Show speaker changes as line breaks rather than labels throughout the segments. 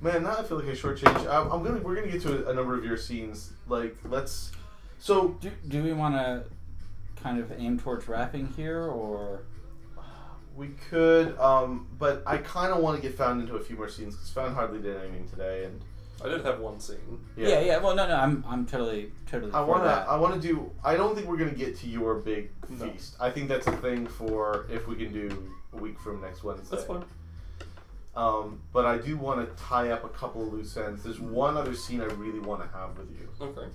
Man, now I feel like a short change. I'm, I'm gonna we're gonna get to a, a number of your scenes. Like let's. So
Do, do we want to kind of aim towards rapping here, or
we could, um, but I kind of want to get Found into a few more scenes because Found hardly did anything today, and
I did have one scene.
yeah,
yeah, Well, no, no, I'm I'm totally totally.
I um,
for
want to.
that.
I want to do. I don't think we're gonna get to your big
No.
feast. I think that's a thing for if we can do a week from next Wednesday.
That's fine.
Um, but I do want to tie up a couple of loose ends. There's one other scene I really want to have with you,
Okay.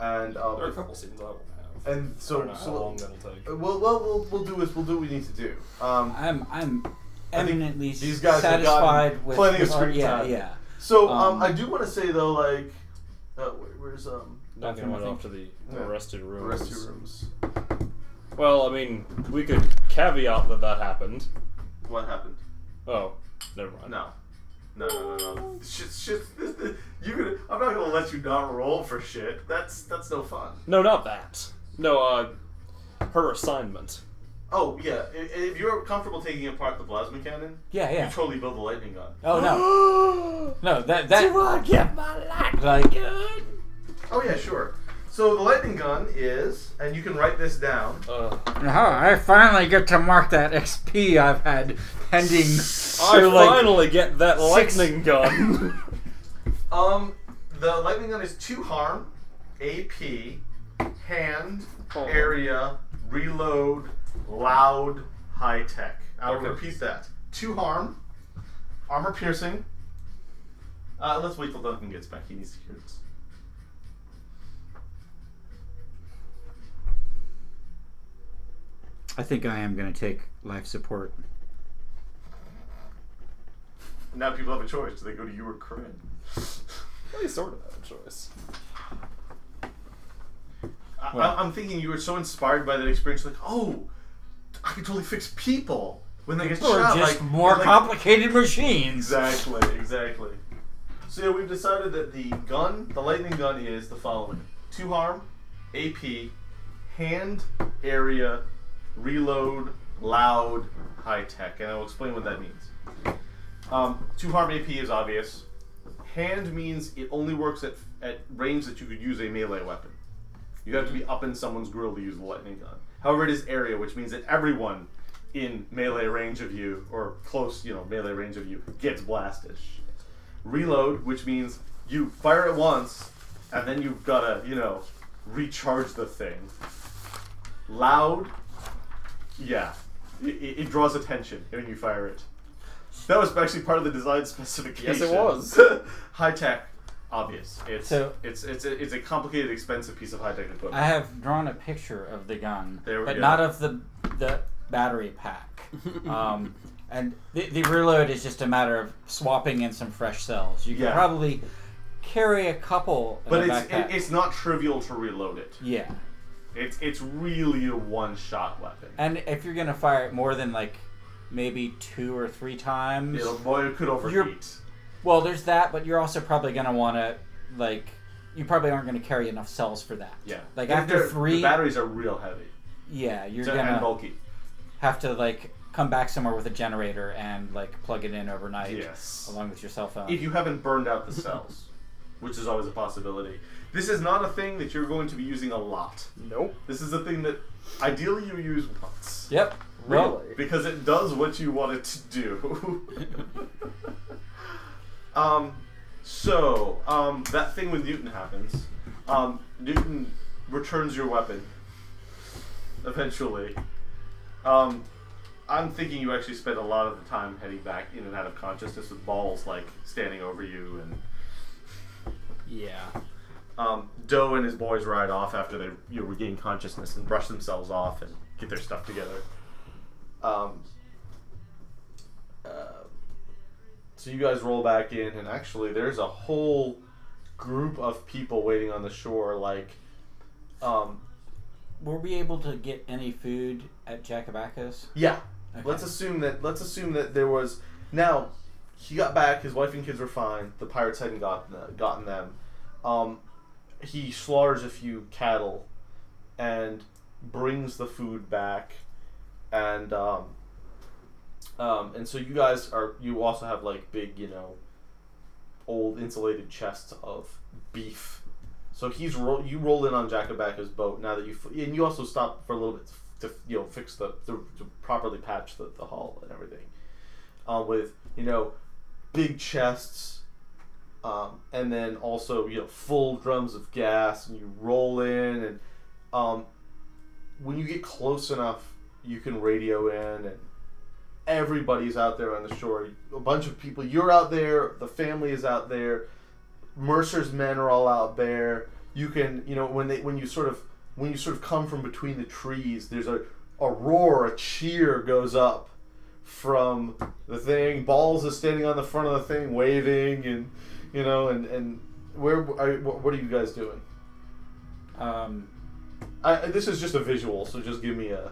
and um,
There are a couple scenes I won't have. I
and
don't
so
know how long
so.
that'll take.
Oh,
uh, Well, well, we'll we'll do this. We'll do what we need to do. Um,
I'm I'm
I think
eminently
these guys have
satisfied
gotten
with
plenty of
with-
screen
yeah,
time.
Yeah,
So um,
Um,
I do want to say though, like, uh, where, where's um
Not
Not
gonna
going
think-
off to the
Yeah.
arrested
the
rooms.
rest of your rooms?
Well, I mean, we could caveat that that happened.
What happened?
Oh, never mind.
No, no, no, no, no. Shit, shit. This, this, you gonna? I'm not gonna let you not roll for shit. That's that's no fun.
No, not that. No, uh, her assignment.
Oh yeah, i- if you're comfortable taking apart the plasma cannon,
yeah,
you
yeah.
totally build the lightning gun.
Oh no, no, that that.
get my light
Like-
Oh yeah, sure. So the lightning gun is, and you can write this down.
Uh,
I finally get to mark that XP I've had pending.
I finally get that
six-
lightning gun.
Um, the lightning gun is two harm, AP, hand,
Oh.
area, reload, loud, high tech. I'll
Okay.
repeat that. Two harm, armor piercing. Uh, let's wait till Duncan gets back. He needs to hear this.
I think I am gonna take life support.
Now people have a choice. Do they go to you or Corinne?
Well, you sort of have a choice.
I,
Well-
I, I'm thinking you were so inspired by that experience, like, oh, I can totally fix people when they get
Or
shot.
just
like,
more
like-
complicated machines.
Exactly, exactly. So yeah, we've decided that the gun, the lightning gun, is the following: two harm, AP, hand, area, reload, loud, high tech, and I will explain what that means. Um, two harm AP is obvious. Hand means it only works at at range that you could use a melee weapon. You have to be up in someone's grill to use the lightning gun. However, it is area, which means that everyone in melee range of you, or close, you know, melee range of you, gets blasted. Reload, which means you fire it once, and then you've gotta, you know, recharge the thing. Loud, yeah, it, it it draws attention when you fire it. That was actually part of the design specification.
was.
High tech, obvious. It's
So-
it's it's a, it's a complicated, expensive piece of high tech equipment.
I have drawn a picture of the gun,
There we
but
go.
not of the the battery pack. Um, and the, the reload is just a matter of swapping in some fresh cells. You can
Yeah.
probably carry a couple, in
but
a
it's it,
backpack.
it's not trivial to reload it.
yeah.
It's it's really a one shot weapon.
And if you're gonna fire it more than like maybe two or three times,
It'll, well, it could overheat.
You're- well, there's that. But you're also probably gonna want to like you probably aren't gonna carry enough cells for that.
Yeah.
Like
And
after
they're-
three,
the batteries are real heavy
yeah, you're
So-
gonna
and bulky.
have to like come back somewhere with a generator and like plug it in overnight
Yes.
along with your cell phone.
If you haven't burned out the cells, which is always a possibility. This is not a thing that you're going to be using a lot.
nope.
This is a thing that ideally you use once.
yep. Well,
Really?
Because it does what you want it to do. um, so, um, that thing with Newton happens. Um, Newton returns your weapon. Eventually. Um, I'm thinking you actually spent a lot of the time heading back in and out of consciousness with balls, like, standing over you and
Yeah.
um, Doe and his boys ride off after they you know, regain consciousness and brush themselves off and get their stuff together. Um, uh, so you guys roll back in, and actually, there's a whole group of people waiting on the shore. Like, um,
were we able to get any food at Jacobacos?
yeah,
Okay.
let's assume that let's assume that there was now he got back his wife and kids were fine the pirates hadn't gotten gotten them um, he slaughters a few cattle and brings the food back and um, um, and so you guys are you also have like big you know old insulated chests of beef. So he's roll. You roll in on Jacobacco's boat now that you f- and you also stop for a little bit to, you know fix the to, to properly patch the, the hull and everything. Uh, with you know big chests, um, and then also you know full drums of gas, and you roll in, and um, when you get close enough, you can radio in, and everybody's out there on the shore. A bunch of people. You're out there. The family is out there. Mercer's men are all out there. You can you know when they when you sort of when you sort of come from between the trees, there's a a roar, a cheer goes up from the thing. Balls is standing on the front of the thing, waving, and you know, and and where are, what what are you guys doing?
Um,
I, this is just a visual, so just give me a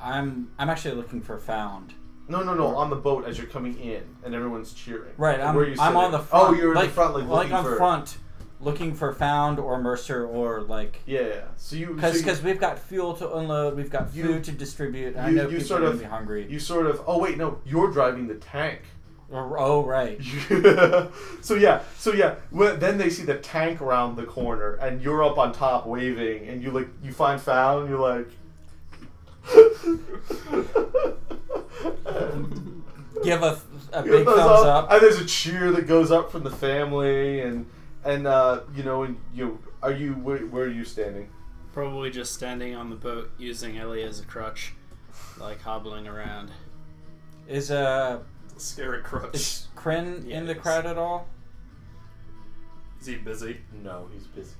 I'm I'm actually looking for found.
no, no, no on the boat as you're coming in, and everyone's cheering.
Right, I'm,
Where are you
I'm on the
sitting? Oh,
front.
you're
like,
in the front, like,
like
looking
on
for
front, looking for found or Mercer or like
Yeah, yeah. So you so
because
you-
we've got fuel to unload, we've got
You-
food to distribute. and I
you-
know
you
people
sort
are
of-
gonna be hungry.
you sort of oh wait no you're driving the tank.
Or- oh right,
so yeah, so yeah. Well, then they see the tank around the corner, and you're up on top waving, and you like you find Fal, and you're like.
give a, a
Give
big
those
thumbs up.
and there's a cheer that goes up from the family, and and uh, you know, and you are you where, where are you standing?
Probably just standing on the boat using Ellie as a crutch, like hobbling around.
Is uh
Scary crutch.
is Kryn in the
Yes.
crowd at all?
Is he busy?
No, he's busy.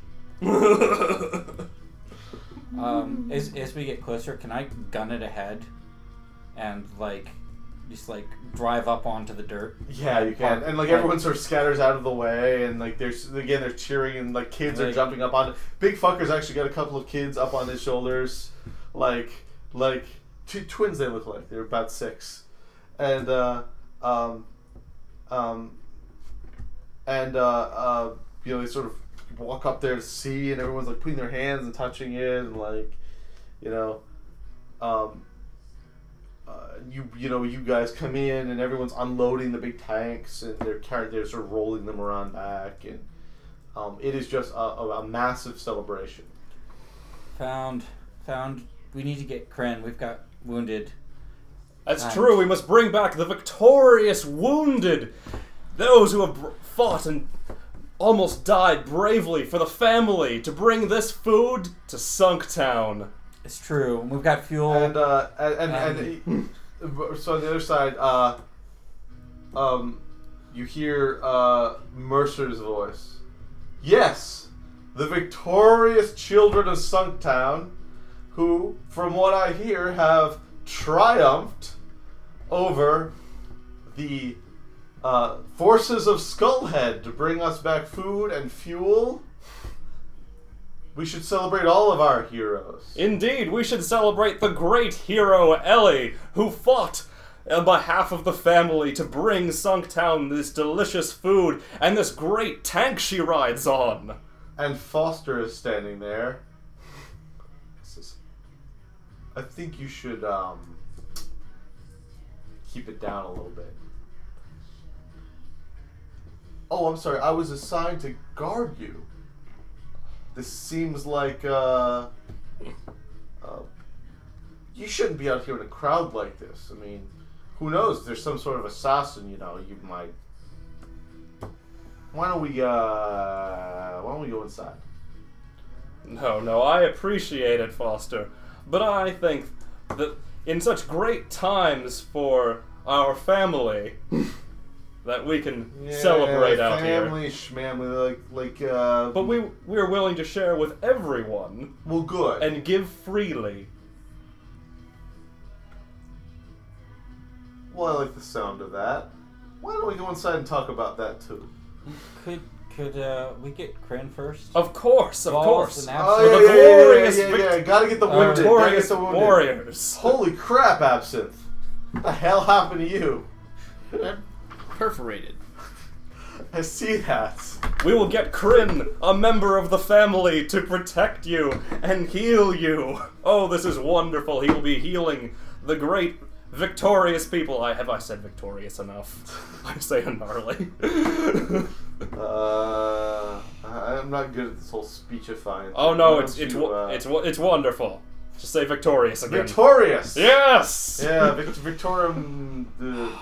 Um, as as we get closer, can I gun it ahead, and like just like drive up onto the dirt?
Yeah, you can.
Park-
And like
park.
everyone sort of scatters out of the way, and like there's again they're cheering, and like kids are
Like-
jumping up on. Big fucker's actually got a couple of kids up on his shoulders, like like two twins. They look like they're about six, and uh, um, um, and uh, uh, you know they sort of walk up there to see, and everyone's like putting their hands and touching it, and like you know, um, uh, you you know you guys come in and everyone's unloading the big tanks and they're carrying they're sort of rolling them around back and um, it is just a, a, a massive celebration.
Found found. We need to get Kryn. We've got wounded.
That's
Right.
true. We must bring back the victorious wounded, those who have br- fought and almost died bravely for the family to bring this food to Sunk Town.
It's true. and We've got fuel.
And uh, and and, and so on the other side, uh, um, you hear uh, Mercer's voice. Yes, the victorious children of Sunktown, who, from what I hear, have triumphed over the uh, forces of Skullhead to bring us back food and fuel. We should celebrate all of our heroes.
Indeed, we should celebrate the great hero Ellie, who fought on behalf of the family to bring Sunktown this delicious food and this great tank she rides on.
And Foster is standing there. I think you should um, keep it down a little bit. Oh, I'm sorry. I was assigned to guard you. This seems like uh, uh, you shouldn't be out here in a crowd like this. I mean, who knows? There's some sort of assassin, you know. You might. Why don't we? Uh, why don't we go inside?
No, no, I appreciate it, Foster. But I think that in such great times for our family, that we can celebrate out here.
family, Family, like, like. Uh,
But we we're willing to share with everyone
well, good.
and give freely.
Well, I like the sound of that. Why don't we go inside and talk about that too?
could could uh, we get Kryn first?
Oh.
Of course, of
Balls
course.
and absinthe.
yeah, yeah, glorious vict-
Gotta get the
Uh,
wounded. Gotta get
Victorious
the wounded.
warriors.
Holy crap, absinthe! What the hell happened to you?
Perforated.
I see that.
We will get Kryn, a member of the family, to protect you and heal you. Oh, this is wonderful. He will be healing the great victorious people. I have I said victorious enough. I say gnarly.
Uh, I- I'm not good at this whole speechifying.
oh
thing.
no,
Why
it's
don't
it's
you,
wo-
uh,
it's wo- it's wonderful. Just say victorious again.
victorious.
yes.
Yeah, Vic- Victorium, the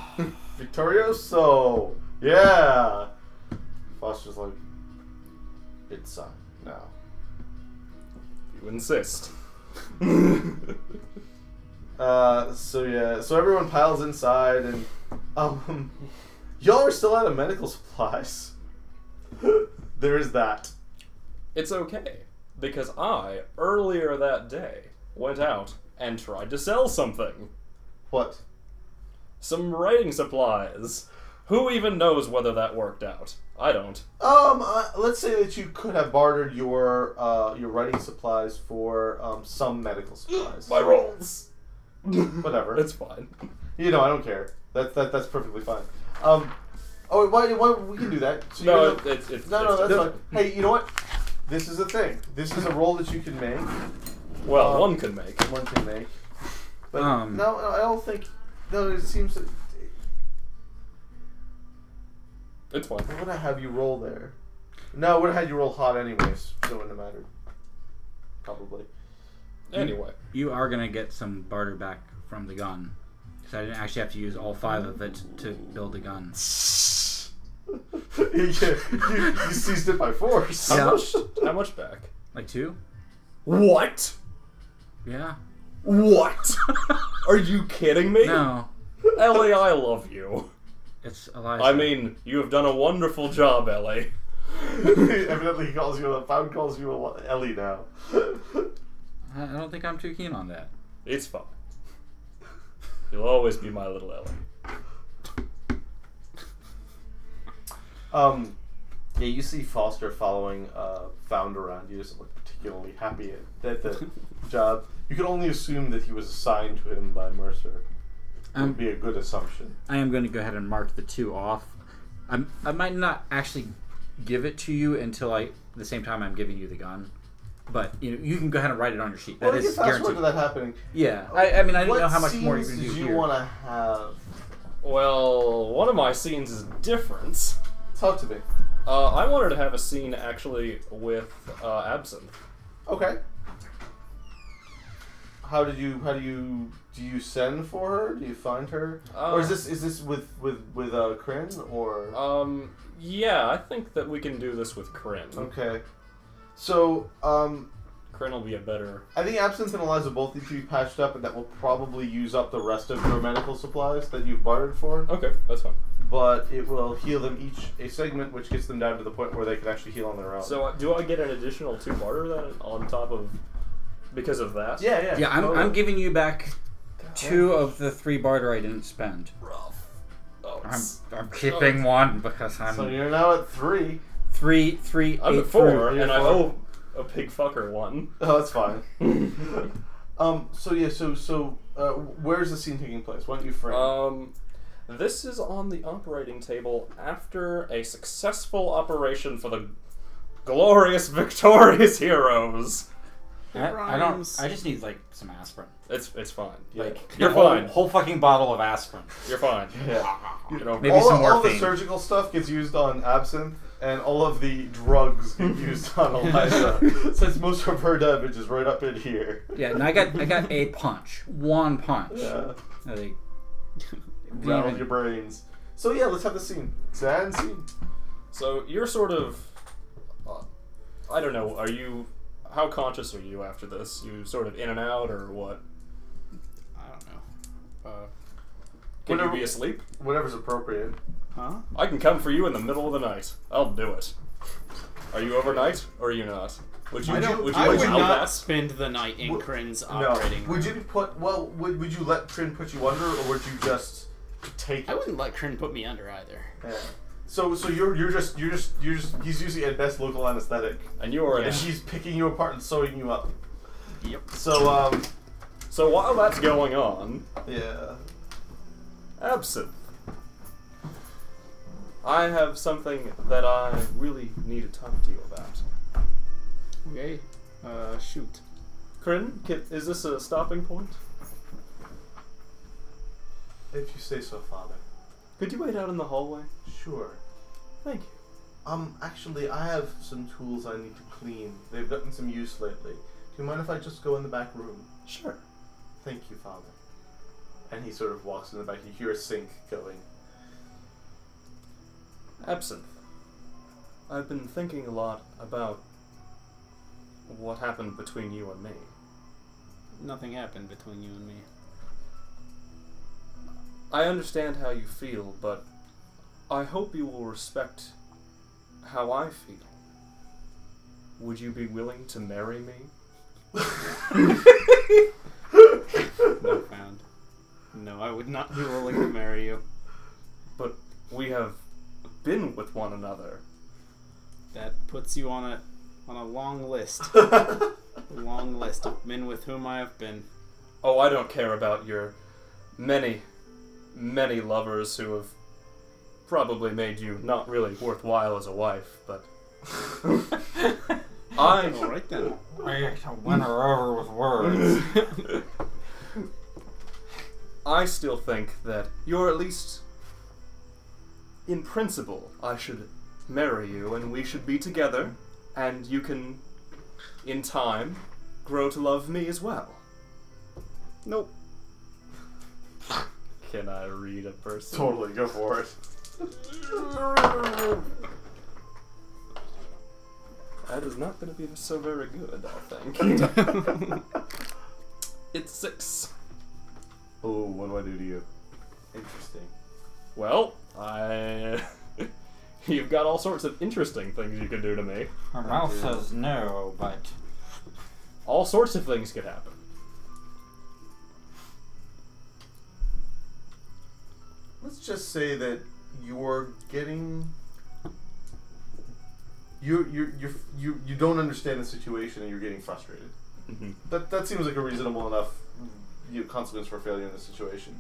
Victorioso. Yeah. Foster's like, it's uh, no.
You insist.
Uh, so yeah, so everyone piles inside, and um, y'all are still out of medical supplies. there is that.
It's okay, because I, earlier that day, went out and tried to sell something.
What?
Some writing supplies. Who even knows whether that worked out? I don't.
Um, uh, let's say that you could have bartered your uh, your writing supplies for um, some medical supplies.
My rolls!
Whatever.
It's fine.
You know, I don't care. That, that that's perfectly fine. Um, oh, wait, why, why we can do that? So
No,
you're
it-
gonna-
it's- it's-
no, no,
it's-
that's fine. Hey, you know what? This is a thing. This is a roll that you can make.
Well,
Um,
one could make.
One can make. But
Um.
no, no, I don't think. No, it seems. That,
It's fine.
I would I have you roll there? No, I would have had you roll hot anyways. So it wouldn't have mattered. Probably.
Anyway.
You are gonna get some barter back from the gun, because I didn't actually have to use all five of it to build a gun.
you, you, you seized it by force.
Yeah.
How much? How much back?
Like two?
What?
Yeah.
What? Are you kidding me?
No,
Ellie, I love you.
it's Eliza.
I mean, you have done a wonderful job, Ellie.
Evidently, he calls you. Found calls you a- Ellie now.
I I don't think I'm too keen on that.
It's fine. You'll always be my little Ellie.
Um, yeah, you see Foster following uh, Found around. He doesn't look particularly happy at, at the job. You can only assume that he was assigned to him by Mercer.
Um,
Would be a good assumption.
I am going to go ahead and mark the two off. I'm, I might not actually give it to you until I, the same time I'm giving you the gun. But you know, you can go ahead and write it on your sheet. That
well, you
is
can fast forward
guaranteed.
to that happening.
Yeah. I, I mean, I don't
what
know how much more you
scenes
can do
did you
here.
want to have?
Well, one of my scenes is different.
Talk to me.
Uh, I wanted to have a scene actually with uh, Absinthe.
Okay. How did you? How do you? Do you send for her? Do you find her?
Uh,
or is this is this with with with uh, Kryn or?
Um, yeah, I think that we can do this with Kryn.
okay. So um,
Kryn will be a better.
I think Absinthe and Eliza both need to be patched up, and that will probably use up the rest of your medical supplies that you've bartered for.
Okay, that's fine.
But it will heal them each a segment, which gets them down to the point where they can actually heal on their own.
So, uh, do I get an additional two barter then on top of because of that?
yeah, yeah,
Yeah, I'm,
totally.
I'm giving you back two of the three barter I didn't spend.
Rough. Oh,
I'm,
it's,
I'm keeping one because I'm
So you're now at three.
three, three,
I'm
eight
at four,
through.
You're
and I
four.
owe a pig fucker one.
Oh, that's fine. um. So yeah. So so uh, where's the scene taking place? Why don't you frame?
Um, this is on the operating table after a successful operation for the glorious, victorious heroes.
I, I don't.
Rhymes.
I just need like some aspirin.
It's it's fine.
Yeah.
Like
You're
a whole-
fine.
Whole fucking bottle of aspirin.
You're fine.
yeah.
Get over
Maybe
it.
all,
some
all the
morphine.
surgical stuff gets used on absinthe, and all of the drugs get used on Eliza, since most of her damage is right up in here.
Yeah, and I got I got a punch, one punch.
Yeah.
Like,
rattle
Demon.
your brains. So yeah, let's have the scene. Sad scene.
So you're sort of, uh, I don't know. Are you? How conscious are you after this? You sort of in and out, or what?
I don't know. Uh,
Can
Whenever-
you be asleep?
Whatever's appropriate.
huh?
I can come for you in the middle of the night. I'll do it. Are you overnight, or are you not? Would you?
I
don't-
would you
I would
allow
not
that?
spend the night in
Would-
Kryn's operating
Would you
room.
be put? Well, would would you let Trin put you under, or would you just take?
I
it?
wouldn't let Kryn put me under either.
Yeah. So so you're you're just you're just you're just he's using at best local anesthetic,
And you are.
and
in.
she's picking you apart and sewing you up.
Yep.
So um
So while that's going on,
yeah.
Absinthe. I have something that I really need to talk to you about.
Okay. Uh, shoot.
Kryn, ki- is this a stopping point?
If you say so, Father.
Could you wait out in the hallway?
Sure.
Thank you.
Um, actually, I have some tools I need to clean. They've gotten some use lately. Do you mind if I just go in the back room?
Sure.
Thank you, Father. And he sort of walks in the back. You hear a sink going.
Absinthe. I've been thinking a lot about what happened between you and me.
Nothing happened between you and me.
I understand how you feel, but I hope you will respect how I feel. Would you be willing to marry me?
No found. No, I would not be willing to marry you.
But we have been with one another.
That puts you on a on a long list. a long list of men with whom I have been.
Oh, I don't care about your many, many lovers who have probably made you not really worthwhile as a wife, but. I
All right then.
I can win her over with words.
I still think that you're at least in principle I should marry you and we should be together and you can in time grow to love me as well. Nope. Can I read a person?
Totally, go for it.
That is not going to be so very good, I think. it's six.
Oh, what do I do to you? Interesting.
Well, I. You've got all sorts of interesting things you can do to me.
Her mouth says no, but
All sorts of things could happen.
Let's just say that you're getting. You you you you you don't understand the situation and you're getting frustrated.
Mhm.
That that seems like a reasonable enough mm, you know, consequence for failure in this situation.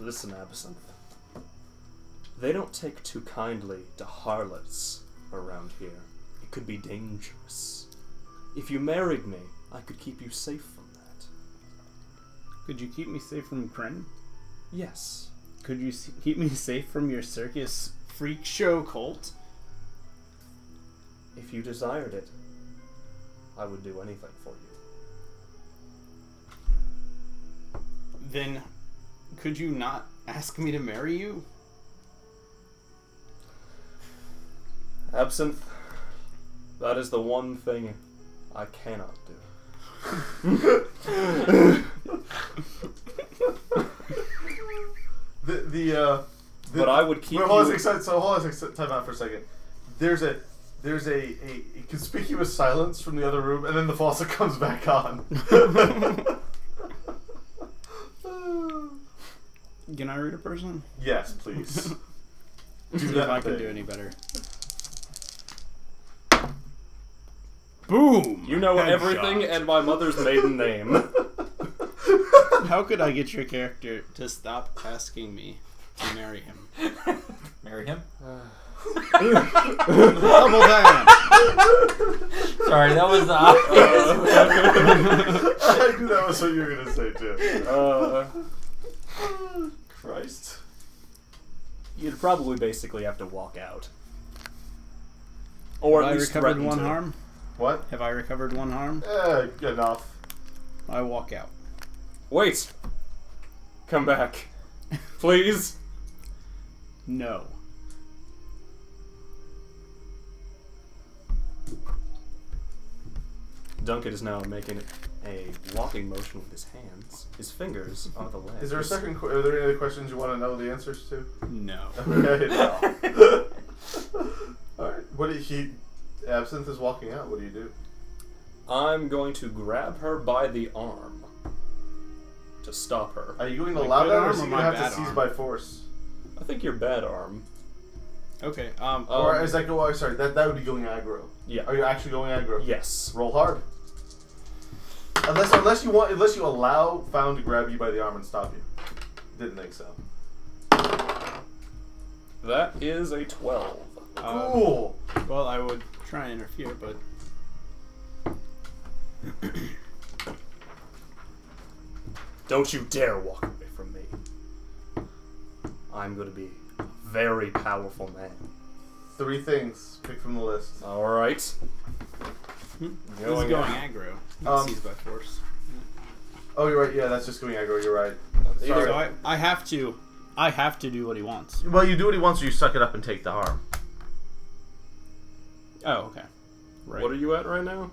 Listen, Absinthe. They don't take too kindly to harlots around here. It could be dangerous. If you married me, I could keep you safe from that.
Could you keep me safe from Kryn?
Yes.
Could you s- keep me safe from your circus freak show cult?
If you desired it, I would do anything for you.
Then could you not ask me to marry you?
Absinthe, that is the one thing I cannot do.
The the uh. The,
But I would keep
Wait, hold on
you-
a second. So hold on a second. Time out for a second. There's a there's a, a, a conspicuous silence from the other room, and then the faucet comes back on.
Can I read a person?
yes, please.
See if
that
I can
thing.
do any better. Boom!
You know
Headshot.
everything and my mother's maiden name.
How could I get your character to stop asking me to marry him?
marry him.
Double down!
Sorry, that was uh, the obvious.
I knew that was what you were gonna say too.
Uh,
Christ.
you'd probably basically have to walk out. Or
Have
at
I
least
recovered
threaten
one
to.
harm?
What?
Have I recovered one harm?
Eh, enough.
I walk out.
Wait! Come back. Please!
No.
Duncan is now making a walking motion with his hands. His fingers are the legs.
Is there a second? que- Are there any other questions you want to know the answers to?
No.
Okay. No. All right. What do you- he? Absinthe is walking out. What do you do?
I'm going to grab her by the arm to stop her.
Are you going to
My
allow
good
that, or
arm
is he going
or
to
my
have to
bad
seize
arm?
by force?
I think your bad arm.
Okay,
Um,
um,
or is that go? Oh, sorry, that that would be going aggro.
Yeah.
Are you actually going aggro?
Yes.
Roll hard. Unless unless you want unless you allow Found to grab you by the arm and stop you. Didn't think so.
That is a 12.
um,
cool.
well, I would try and interfere, but
Don't you dare walk away from me. I'm going to be a very powerful man.
Three things. Pick from the list.
All right.
This is going aggro.
Um,
Um, seized by force.
Oh, you're right. Yeah, that's just going aggro. You're right. Sorry.
So I, I have to, I have to do what he wants.
Well, you do what he wants, or you suck it up and take the harm.
Oh, okay. Right.
What are you at right now?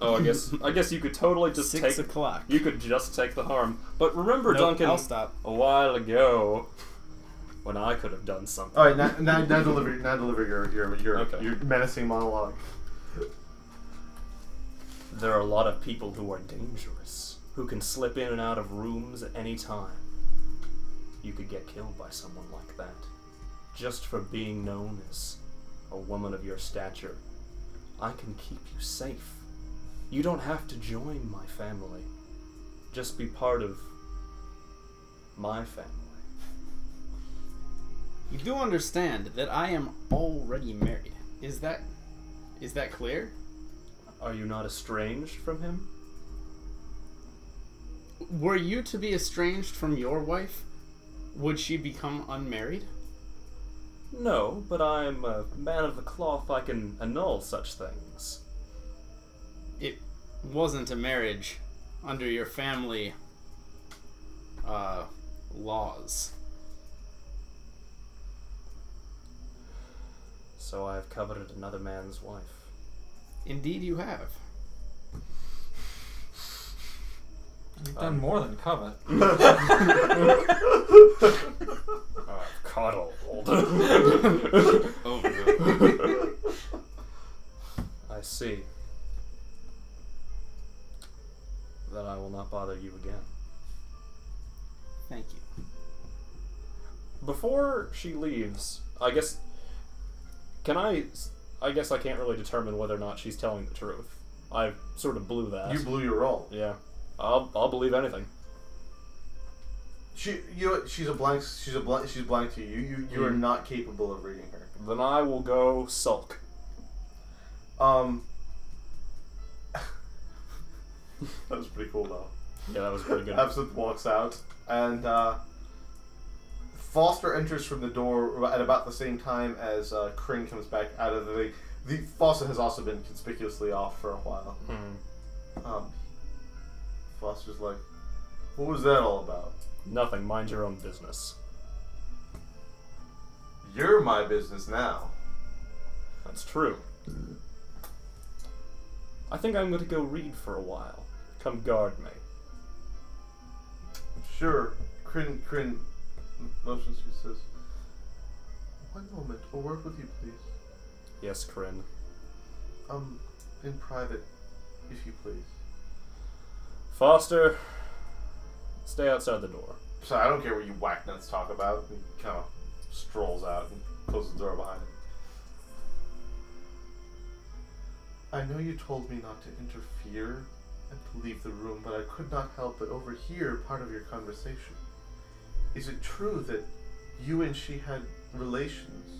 Oh, I guess I guess you could totally just
Six
take
o'clock.
you could just take the harm. But remember,
Nope,
Duncan,
I'll stop.
a while ago when I could have done something.
All right, now, now, now deliver, now deliver your your your,
Okay.
your menacing monologue.
There are a lot of people who are dangerous, who can slip in and out of rooms at any time. You could get killed by someone like that, just for being known as a woman of your stature. I can keep you safe. You don't have to join my family. Just be part of my family.
You do understand that I am already married. Is that, is that clear?
Are you not estranged from him?
Were you to be estranged from your wife, would she become unmarried?
No, but I'm a man of the cloth. I can annul such things.
It wasn't a marriage under your family uh, laws.
So I have coveted another man's wife.
Indeed, you have.
You've done more than covet.
Oh, I've coddled. Oh, I see. That I will not bother you again.
Thank you.
Before she leaves, I guess. Can I. I guess I can't really determine whether or not she's telling the truth. I sort of blew that.
You blew your roll.
yeah. I'll, I'll believe anything.
She, you, know what? she's a blank. She's a blank. She's blank to you. You, you are
Mhm.
not capable of reading her.
Then I will go sulk.
Um, that was pretty cool, though.
Yeah, that was pretty good.
Absinthe walks out, and uh, Foster enters from the door at about the same time as uh, Kring comes back out of the thing. The Foster has also been conspicuously off for a while.
Hmm.
Um, Foster's like, "What was that all about?"
Nothing. Mind your own business.
You're my business now.
That's true. I think I'm going to go read for a while. Come guard me.
Sure. Crin, Crin motions. She says, "One moment. A word with you, please.
Yes, Kryn.
Um, in private, if you please."
Foster, stay outside the door.
So I don't care what you whacknuts talk about. He kind of strolls out and closes the door behind him. I know you told me not to interfere and to leave the room, but I could not help but overhear part of your conversation. Is it true that you and she had relations?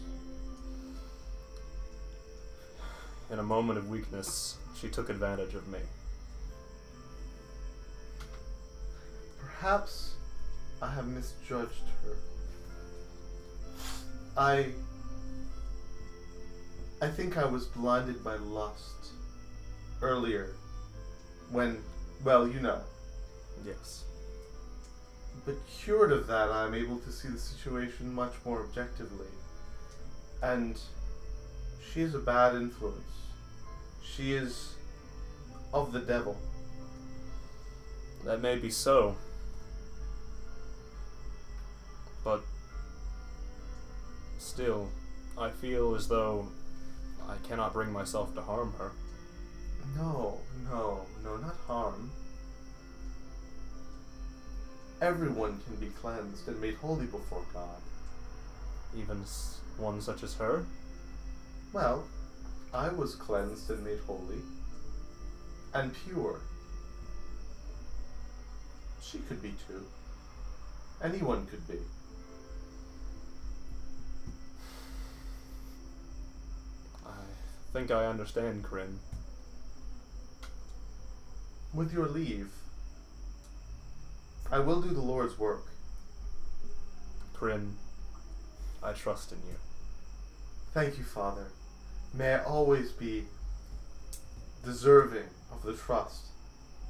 In a moment of weakness, she took advantage of me.
Perhaps I have misjudged her. I. I think I was blinded by lust earlier when, well, you know.
Yes.
But cured of that, I'm able to see the situation much more objectively. And she is a bad influence. She is of the devil.
That may be so. But still, I feel as though I cannot bring myself to harm her.
No, no, no, not harm. Everyone can be cleansed and made holy before God.
Even s- one such as her?
Well, I was cleansed and made holy and pure. She could be too. Anyone could be.
I think I understand, Kryn.
With your leave, I will do the Lord's work.
Prim, I trust in you.
Thank you, Father. May I always be deserving of the trust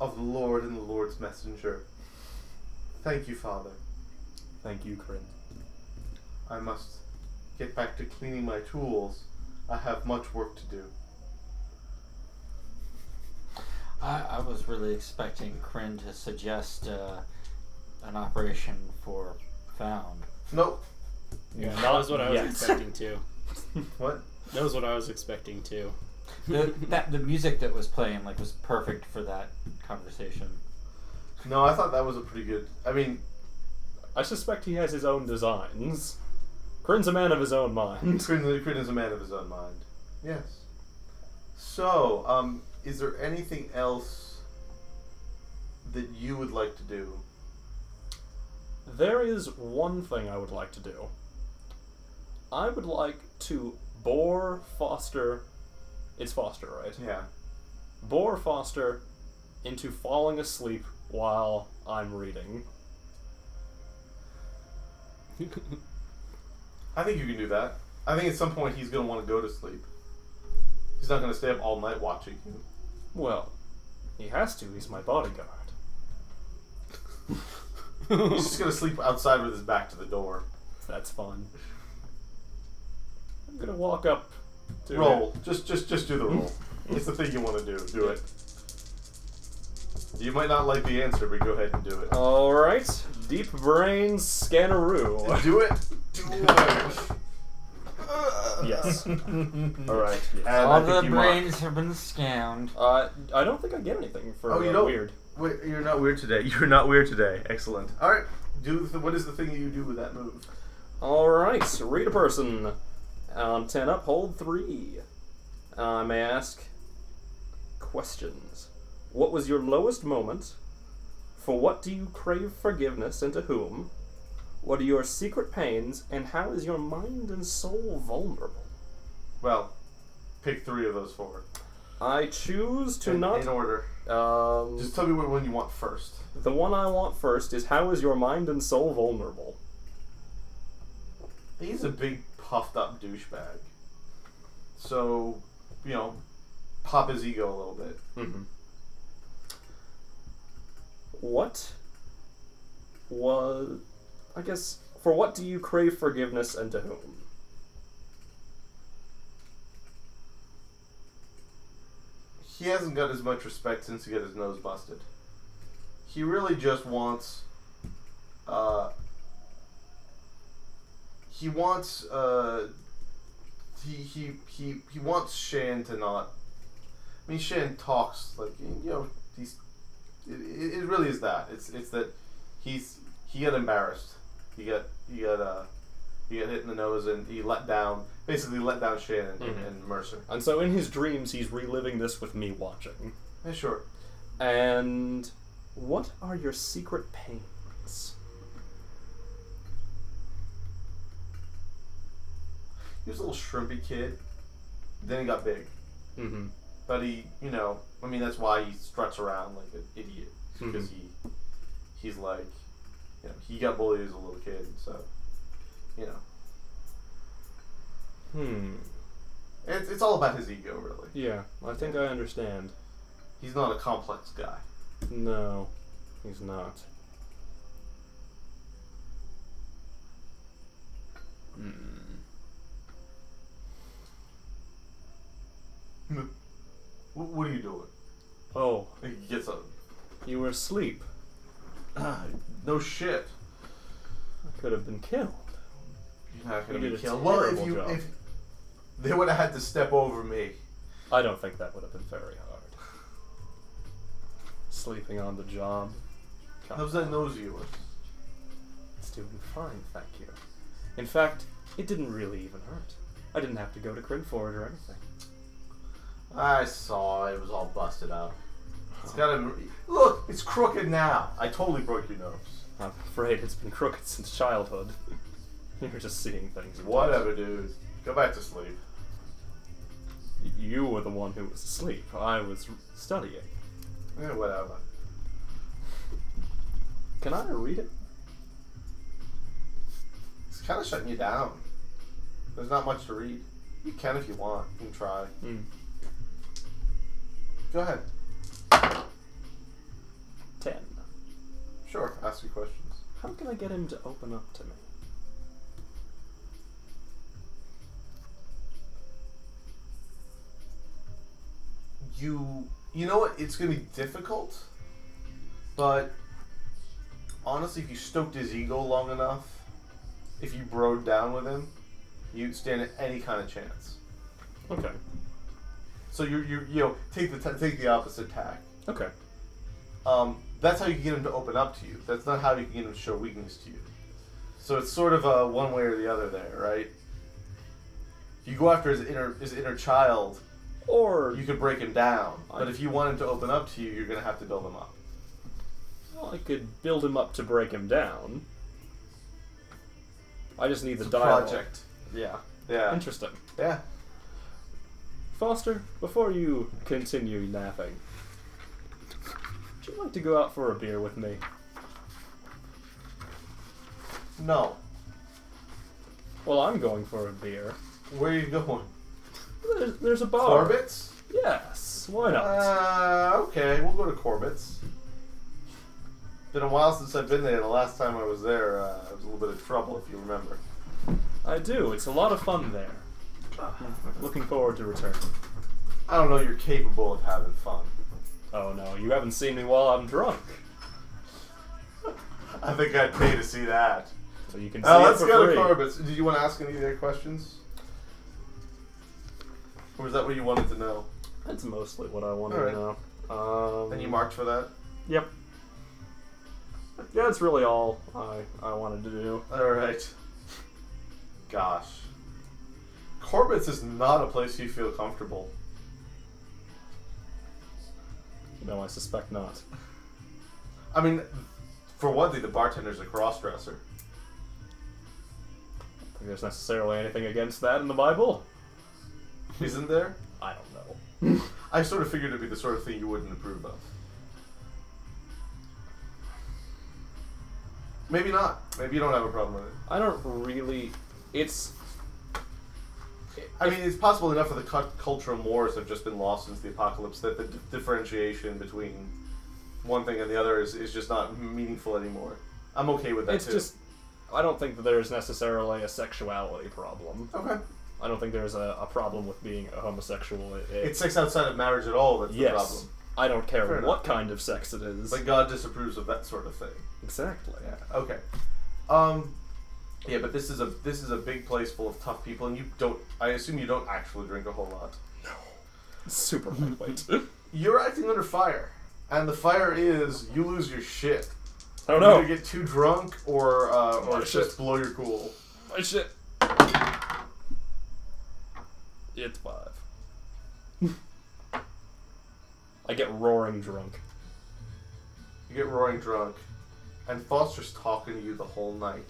of the Lord and the Lord's messenger. Thank you, Father.
Thank you, Kryn.
I must get back to cleaning my tools. I have much work to do.
I, I was really expecting Kryn to suggest uh, an operation for Found.
Nope.
Yeah, that was what I was
Yes.
expecting too.
What?
That was what I was expecting too.
The, that, the music that was playing like was perfect for that conversation.
No, I thought that was a pretty good. I mean,
I suspect he has his own designs. Kryn's a man of his own mind.
Crin Crin is a man of his own mind. Yes. So, um, is there anything else that you would like to do?
There is one thing I would like to do. I would like to bore Foster. It's Foster, right?
Yeah.
Bore Foster into falling asleep while I'm reading.
I think you can do that. I think at some point he's going to want to go to sleep. He's not going to stay up all night watching you.
Well, he has to, he's my bodyguard.
He's just going to sleep outside with his back to the door.
That's fun. I'm gonna walk up to
roll. Just, just, just do the roll. it's the thing you want to do. Do it. You might not like the answer, but go ahead and do it.
Alright. Deep brain scanneroo.
Do it. Do it.
yes.
All
Alright.
And
yes.
All
I think
the
you mark-
brains have been scanned.
Uh, I don't think I get anything for
Oh, you
uh,
don't?
weird.
Wait, you're not weird today. You're not weird today. Excellent. All right. Do the, what is the thing that you do with that move?
Alright, read a person. Um, 10 up, hold 3. I may ask questions. What was your lowest moment? For what do you crave forgiveness and to whom? What are your secret pains and how is your mind and soul vulnerable?
Well, pick three of those four
I choose to
in,
not.
in order.
um,
Just tell me what one you want first.
the one I want first is how is your mind and soul vulnerable?
He's a big puffed up douchebag. So, you know, pop his ego a little bit.
Mm-hmm. What was. I guess. For what do you crave forgiveness and to whom?
He hasn't got as much respect since he got his nose busted. He really just wants. Uh, he wants. Uh, he, he, he, he wants Shan to not. I mean, Shan talks like you know. He's. It, it, it really is that. It's it's that he's he got embarrassed. He got he got uh he got hit in the nose and he let down basically let down Shan and,
Mhm.
and Mercer.
And so in his dreams, he's reliving this with me watching.
Yeah, sure.
And. What are your secret pains?
He was a little shrimpy kid. Then he got big.
Mm hmm.
But he, you know, I mean, that's why he struts around like an idiot. Because
Mhm.
he, he's like, you know, he got bullied as a little kid. So, you know,
Hmm.
it's, it's all about his ego, really.
Yeah, I think I understand.
He's not a complex guy.
No, he's not.
Wh- what are you doing?
Oh,
He gets up.
you were asleep.
"Ah, no shit.
I could have been killed.
You're not gonna
You
be
did a
killed. Well, if
terrible
you
job.
if they would have had to step over me,
I don't think that would have been very hard. Sleeping on the job. Come
how's that nose of yours?
It's doing fine, thank you. In fact, it didn't really even hurt. I didn't have to go to Kryn for it or anything.
I saw it was all busted up. It's got a look. It's crooked now. I totally broke your nose.
I'm afraid it's been crooked since childhood. you were just seeing things. you
Whatever, dude. Go back to sleep.
didn't. Y- You were the one who was asleep. I was studying.
Eh, whatever.
Can I read it?
It's kind of shutting you down. There's not much to read. You can if you want. You can try.
Hmm.
Go ahead.
Ten.
Sure. Ask me questions.
How can I get him to open up to me?
You you know what? It's gonna be difficult, but honestly, if you stoked his ego long enough, if you broed down with him, you'd stand at any kind of chance.
Okay.
So you you you know take the t- take the opposite tack.
Okay.
um, that's how you get him to open up to you. That's not how you can get him to show weakness to you. So it's sort of a one way or the other there, right? If you go after his inner his inner child,
Or
you could break him down. But if you want him to open up to you, you're gonna have to build him up.
I could build him up to break him down. I just need the
It's a
dialogue.
project. Yeah. Yeah.
Interesting.
Yeah.
Foster, before you continue napping, would you like to go out for a beer with me?
No.
Well, I'm going for a beer.
Where are you going?
There's, there's a bar.
Corbett's?
Yes. Why not?
Uh, okay, we'll go to Corbett's. Been a while since I've been there. The last time I was there, uh, it was a little bit of trouble, if you remember.
I do. It's a lot of fun there. Looking forward to returning.
I don't know you're capable of having fun.
Oh no, you haven't seen me while I'm drunk.
I think I'd pay to see that.
So you can see
Uh,
it
let's
for
go
free.
to Corbett. Did you want to ask any other questions? Or was that what you wanted to know?
That's mostly what I wanted
Alright.
to know. Um,
And you marked for that?
Yep. Yeah, that's really all I, I wanted to do.
Alright. Gosh. Corbett's is not a place you feel comfortable.
No, I suspect not.
I mean, for one thing, the bartender's a cross-dresser.
I don't think there's necessarily anything against that in the Bible.
Isn't there?
I don't know.
I sort of figured it'd be the sort of thing you wouldn't approve of. Maybe not. Maybe you don't have a problem with it.
I don't really. It's
I mean, it's possible enough that the cu- cultural mores have just been lost since the apocalypse that the d- differentiation between one thing and the other is, is just not meaningful anymore. I'm okay with that
it's
too.
just. I don't think that there's necessarily a sexuality problem.
okay.
I don't think there's a, a problem with being a homosexual. It, it-
It's sex outside of marriage at all that's
yes.
the problem.
I don't care
Fair
what
enough.
kind of sex it is.
But God disapproves of that sort of thing.
exactly.
Yeah. Okay. Um. Yeah, but this is a this is a big place full of tough people, and you don't. I assume you don't actually drink a whole lot.
Super lightweight.
You're acting under fire, and the fire is you lose your shit.
oh
You
no!
either get too drunk or uh, or
Oh,
just
shit.
blow your cool.
My Oh, shit. It's five. I get roaring drunk.
You get roaring drunk, and Foster's talking to you the whole night.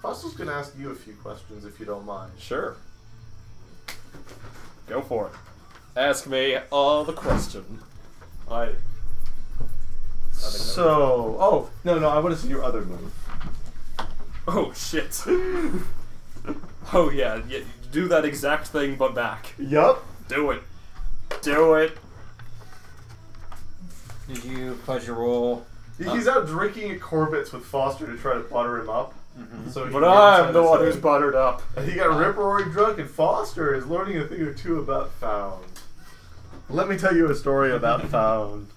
Foster's gonna ask you a few questions if you don't mind.
Sure. Go for it. Ask me all the question. I.
So, oh no, no, I want to see your other move.
Oh shit. oh yeah, yeah, do that exact thing but back.
Yup.
Do it. Do it.
Did you fudge your roll?
He's out drinking at Corbett's with Foster to try to butter him up. So he
But
can
I'm the
try
one
to
who's
say-
buttered up.
He got rip roaring drunk, and Foster is learning a thing or two about Found. Let me tell you a story about Found.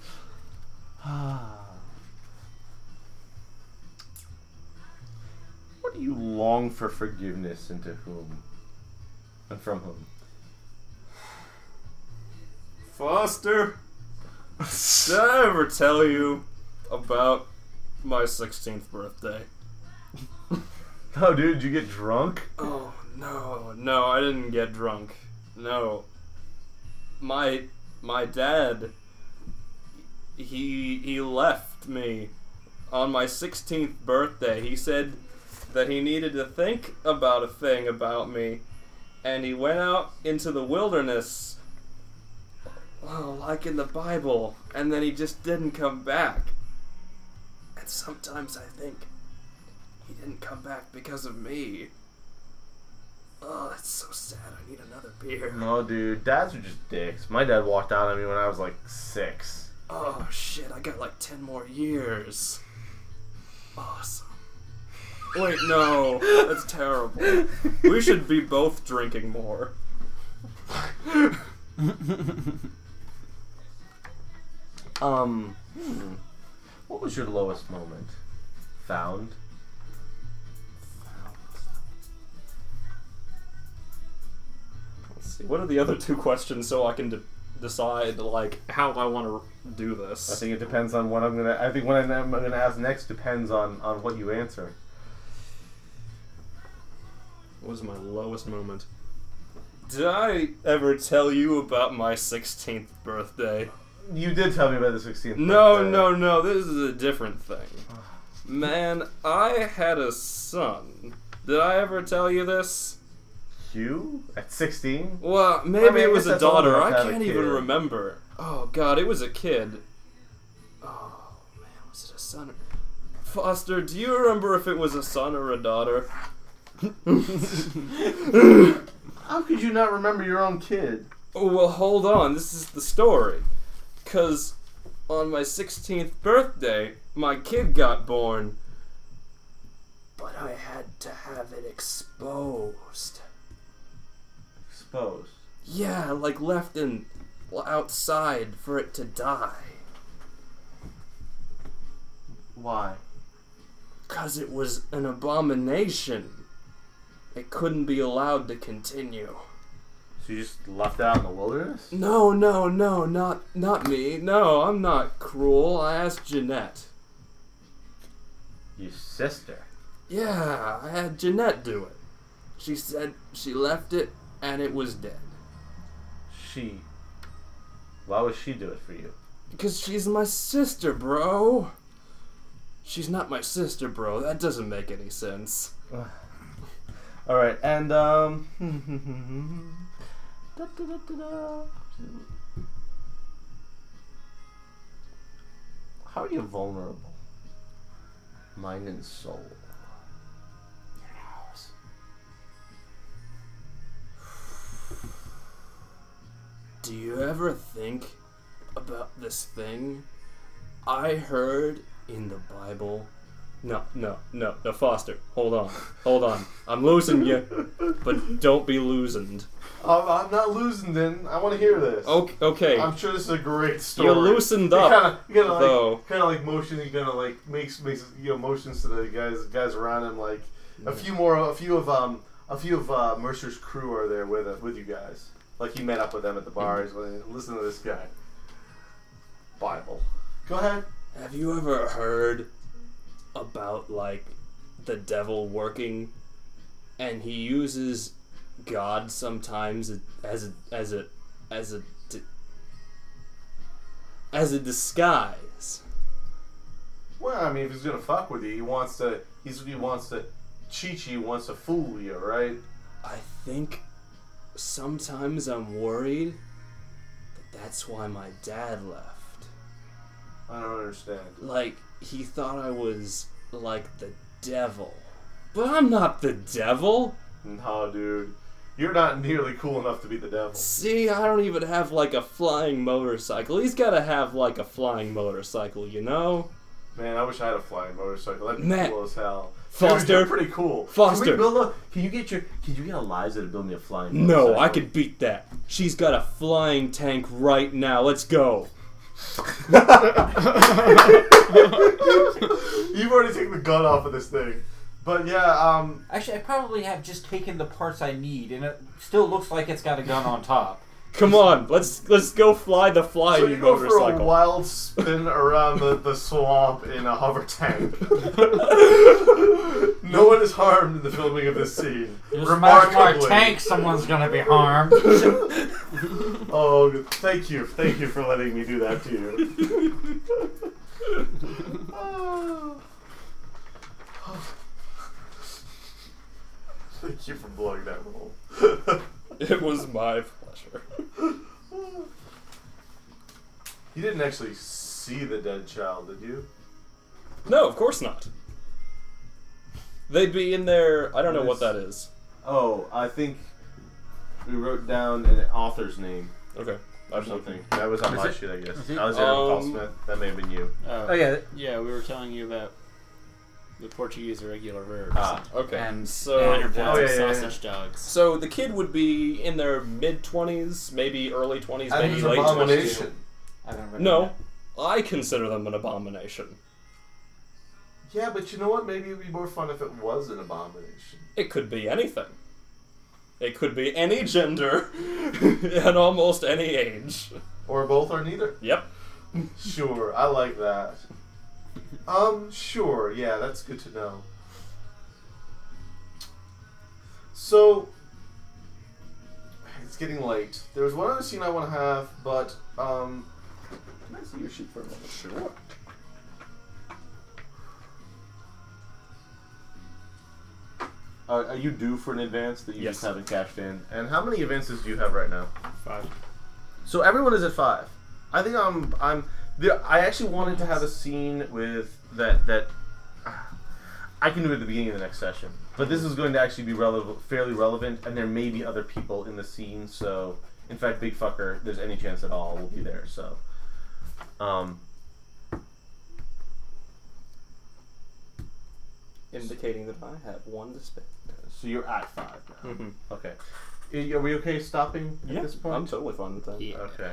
what do you long for forgiveness, and to whom? And from whom?
Foster, did I ever tell you about my 16th birthday?
Oh, dude, did you get drunk?
Oh, no, no, I didn't get drunk. No. My my dad he he left me on my 16th birthday. He said that he needed to think about a thing about me and he went out into the wilderness oh, like in the Bible and then he just didn't come back.
And sometimes I think he didn't come back because of me. Oh, it's so sad. I need another beer.
No, dude, dads are just dicks. My dad walked out on me when I was like six.
Oh shit, I got like 10 more years. Awesome. Wait, no. That's terrible. We should be both drinking more.
Um, hmm. what was your lowest moment? Found.
Let's see. What are the other two questions so I can de- decide like how I want to do this?
I think it depends on what I'm gonna. I think what I'm, I'm gonna ask next depends on on what you answer.
what was my lowest moment?
Did I ever tell you about my 16th birthday?
You did tell me about the 16th.
No,
birthday.
no, no. This is a different thing. Man, I had a son. Did I ever tell you this?
You at 16?
Well, maybe
I
it
guess
was a
that's all
daughter.
about
I
having a
can't even
kid.
remember. Oh god, it was a kid. Oh man, was it a son? Or... Foster, do you remember if it was a son or a daughter?
How could you not remember your own kid?
Oh, well, hold on. This is the story. Because on my 16th birthday, my kid got born.
But I had to have it exposed.
Exposed.
Yeah, like left in outside for it to die.
Why?
Because it was an abomination. It couldn't be allowed to continue.
So you just left out in the wilderness?
No, no, no, not not me. No, I'm not cruel. I asked Jeanette.
Your sister.
Yeah, I had Jeanette do it. She said she left it and it was dead.
She. Why would she do it for you?
Because she's my sister, bro. She's not my sister, bro. That doesn't make any sense.
All right, and um. da, da, da, da, da. How are you vulnerable? Mind and soul.
Do you ever think about this thing I heard in the Bible? No, no, no, no, Foster. Hold on, hold on. I'm losing you, but don't be loosened.
Um, I'm not losing. Then I want to hear this.
Okay, okay.
I'm sure this is a great story.
You loosened
You
up,
kinda, you kinda
though.
like, kind of like motion. You kind of like makes makes you know motions to the guys guys around him. Like a few more, a few of um, a few of uh, Mercer's crew are there with uh, with you guys. Like he met up with them
Mm-hmm.
at the bar. He's like, Listen to this guy. Bible. Go ahead.
Have you ever heard about like the devil working and he uses God sometimes as a as a as a di- as a disguise.
Well, I mean, if he's gonna fuck with you, he wants to. He's he wants to. Chi Chi wants to fool you, right?
I think sometimes I'm worried that that's why my dad left.
I don't understand.
Like he thought I was like the devil. But I'm not the devil.
No, dude, you're not nearly cool enough to be the devil.
See, I don't even have like a flying motorcycle. He's gotta have like a flying motorcycle, you know?
Man, I wish I had a flying motorcycle. That'd be
Matt.
cool as hell. Dude,
Foster.
you're pretty cool. Can,
Foster.
we build a, can you get your? Can you get Eliza to build me a flying?
No,
motorcycle?
I could beat that. She's got a flying tank right now. Let's go.
You've already taken the gun off of this thing, but yeah, um,
Actually, I probably have just taken the parts I need, and it still looks like it's got a gun on top.
Come on, let's let's go fly the flying
so you go for a
motorcycle.
wild spin around the, the swamp in a hover tank. no one is harmed in the filming of this scene.
Just imagine our
Remarkably,
tank, someone's gonna be harmed.
Oh, thank you, thank you for letting me do that to you. thank you for blowing that roll.
It was my pleasure.
you didn't actually see the dead child, did you?
No, of course not. They'd be in there. I don't know what
What
that is.
Oh, I think we wrote down an author's name
Okay.
or something. That was on
Is
my
it-
sheet, I guess.
is it-
Alexander Paul
Um,
Smith. That may have been you.
Oh yeah,
Yeah, we were telling you about the Portuguese irregular verbs.
Ah,
Okay.
and
so
Minor
Oh, yeah,
points
yeah,
of
yeah.
sausage dogs.
So the kid would be in their mid twenties, maybe early twenties,
I think it's
maybe late twenties.
abomination. I haven't read
No, I consider them an abomination.
Yeah, but you know what? Maybe it'd be more fun if it was an abomination.
It could be anything. It could be any gender, and almost any age.
Or both or neither.
Yep.
Sure, I like that. Um, sure, yeah, that's good to know. So, it's getting late. There was one other scene I want to have, but, um, can I see your sheet for a moment? Sure. Uh, are you due for an advance that you
Yes.
just haven't cashed in? And how many advances do you have right now?
Five.
So everyone is at five. I think I'm. I'm. There, I actually wanted to have a scene with that. That I can do it at the beginning of the next session, but this is going to actually be relevant, fairly relevant, and there may be other people in the scene. So, in fact, big fucker, if there's any chance at all, will be there. So, um,
Indicating that I have one to spend.
so you're at five now.
Mhm.
Okay. Are are we okay stopping at
Yeah,
this point?
I'm totally fine with that.
Yeah.
Okay.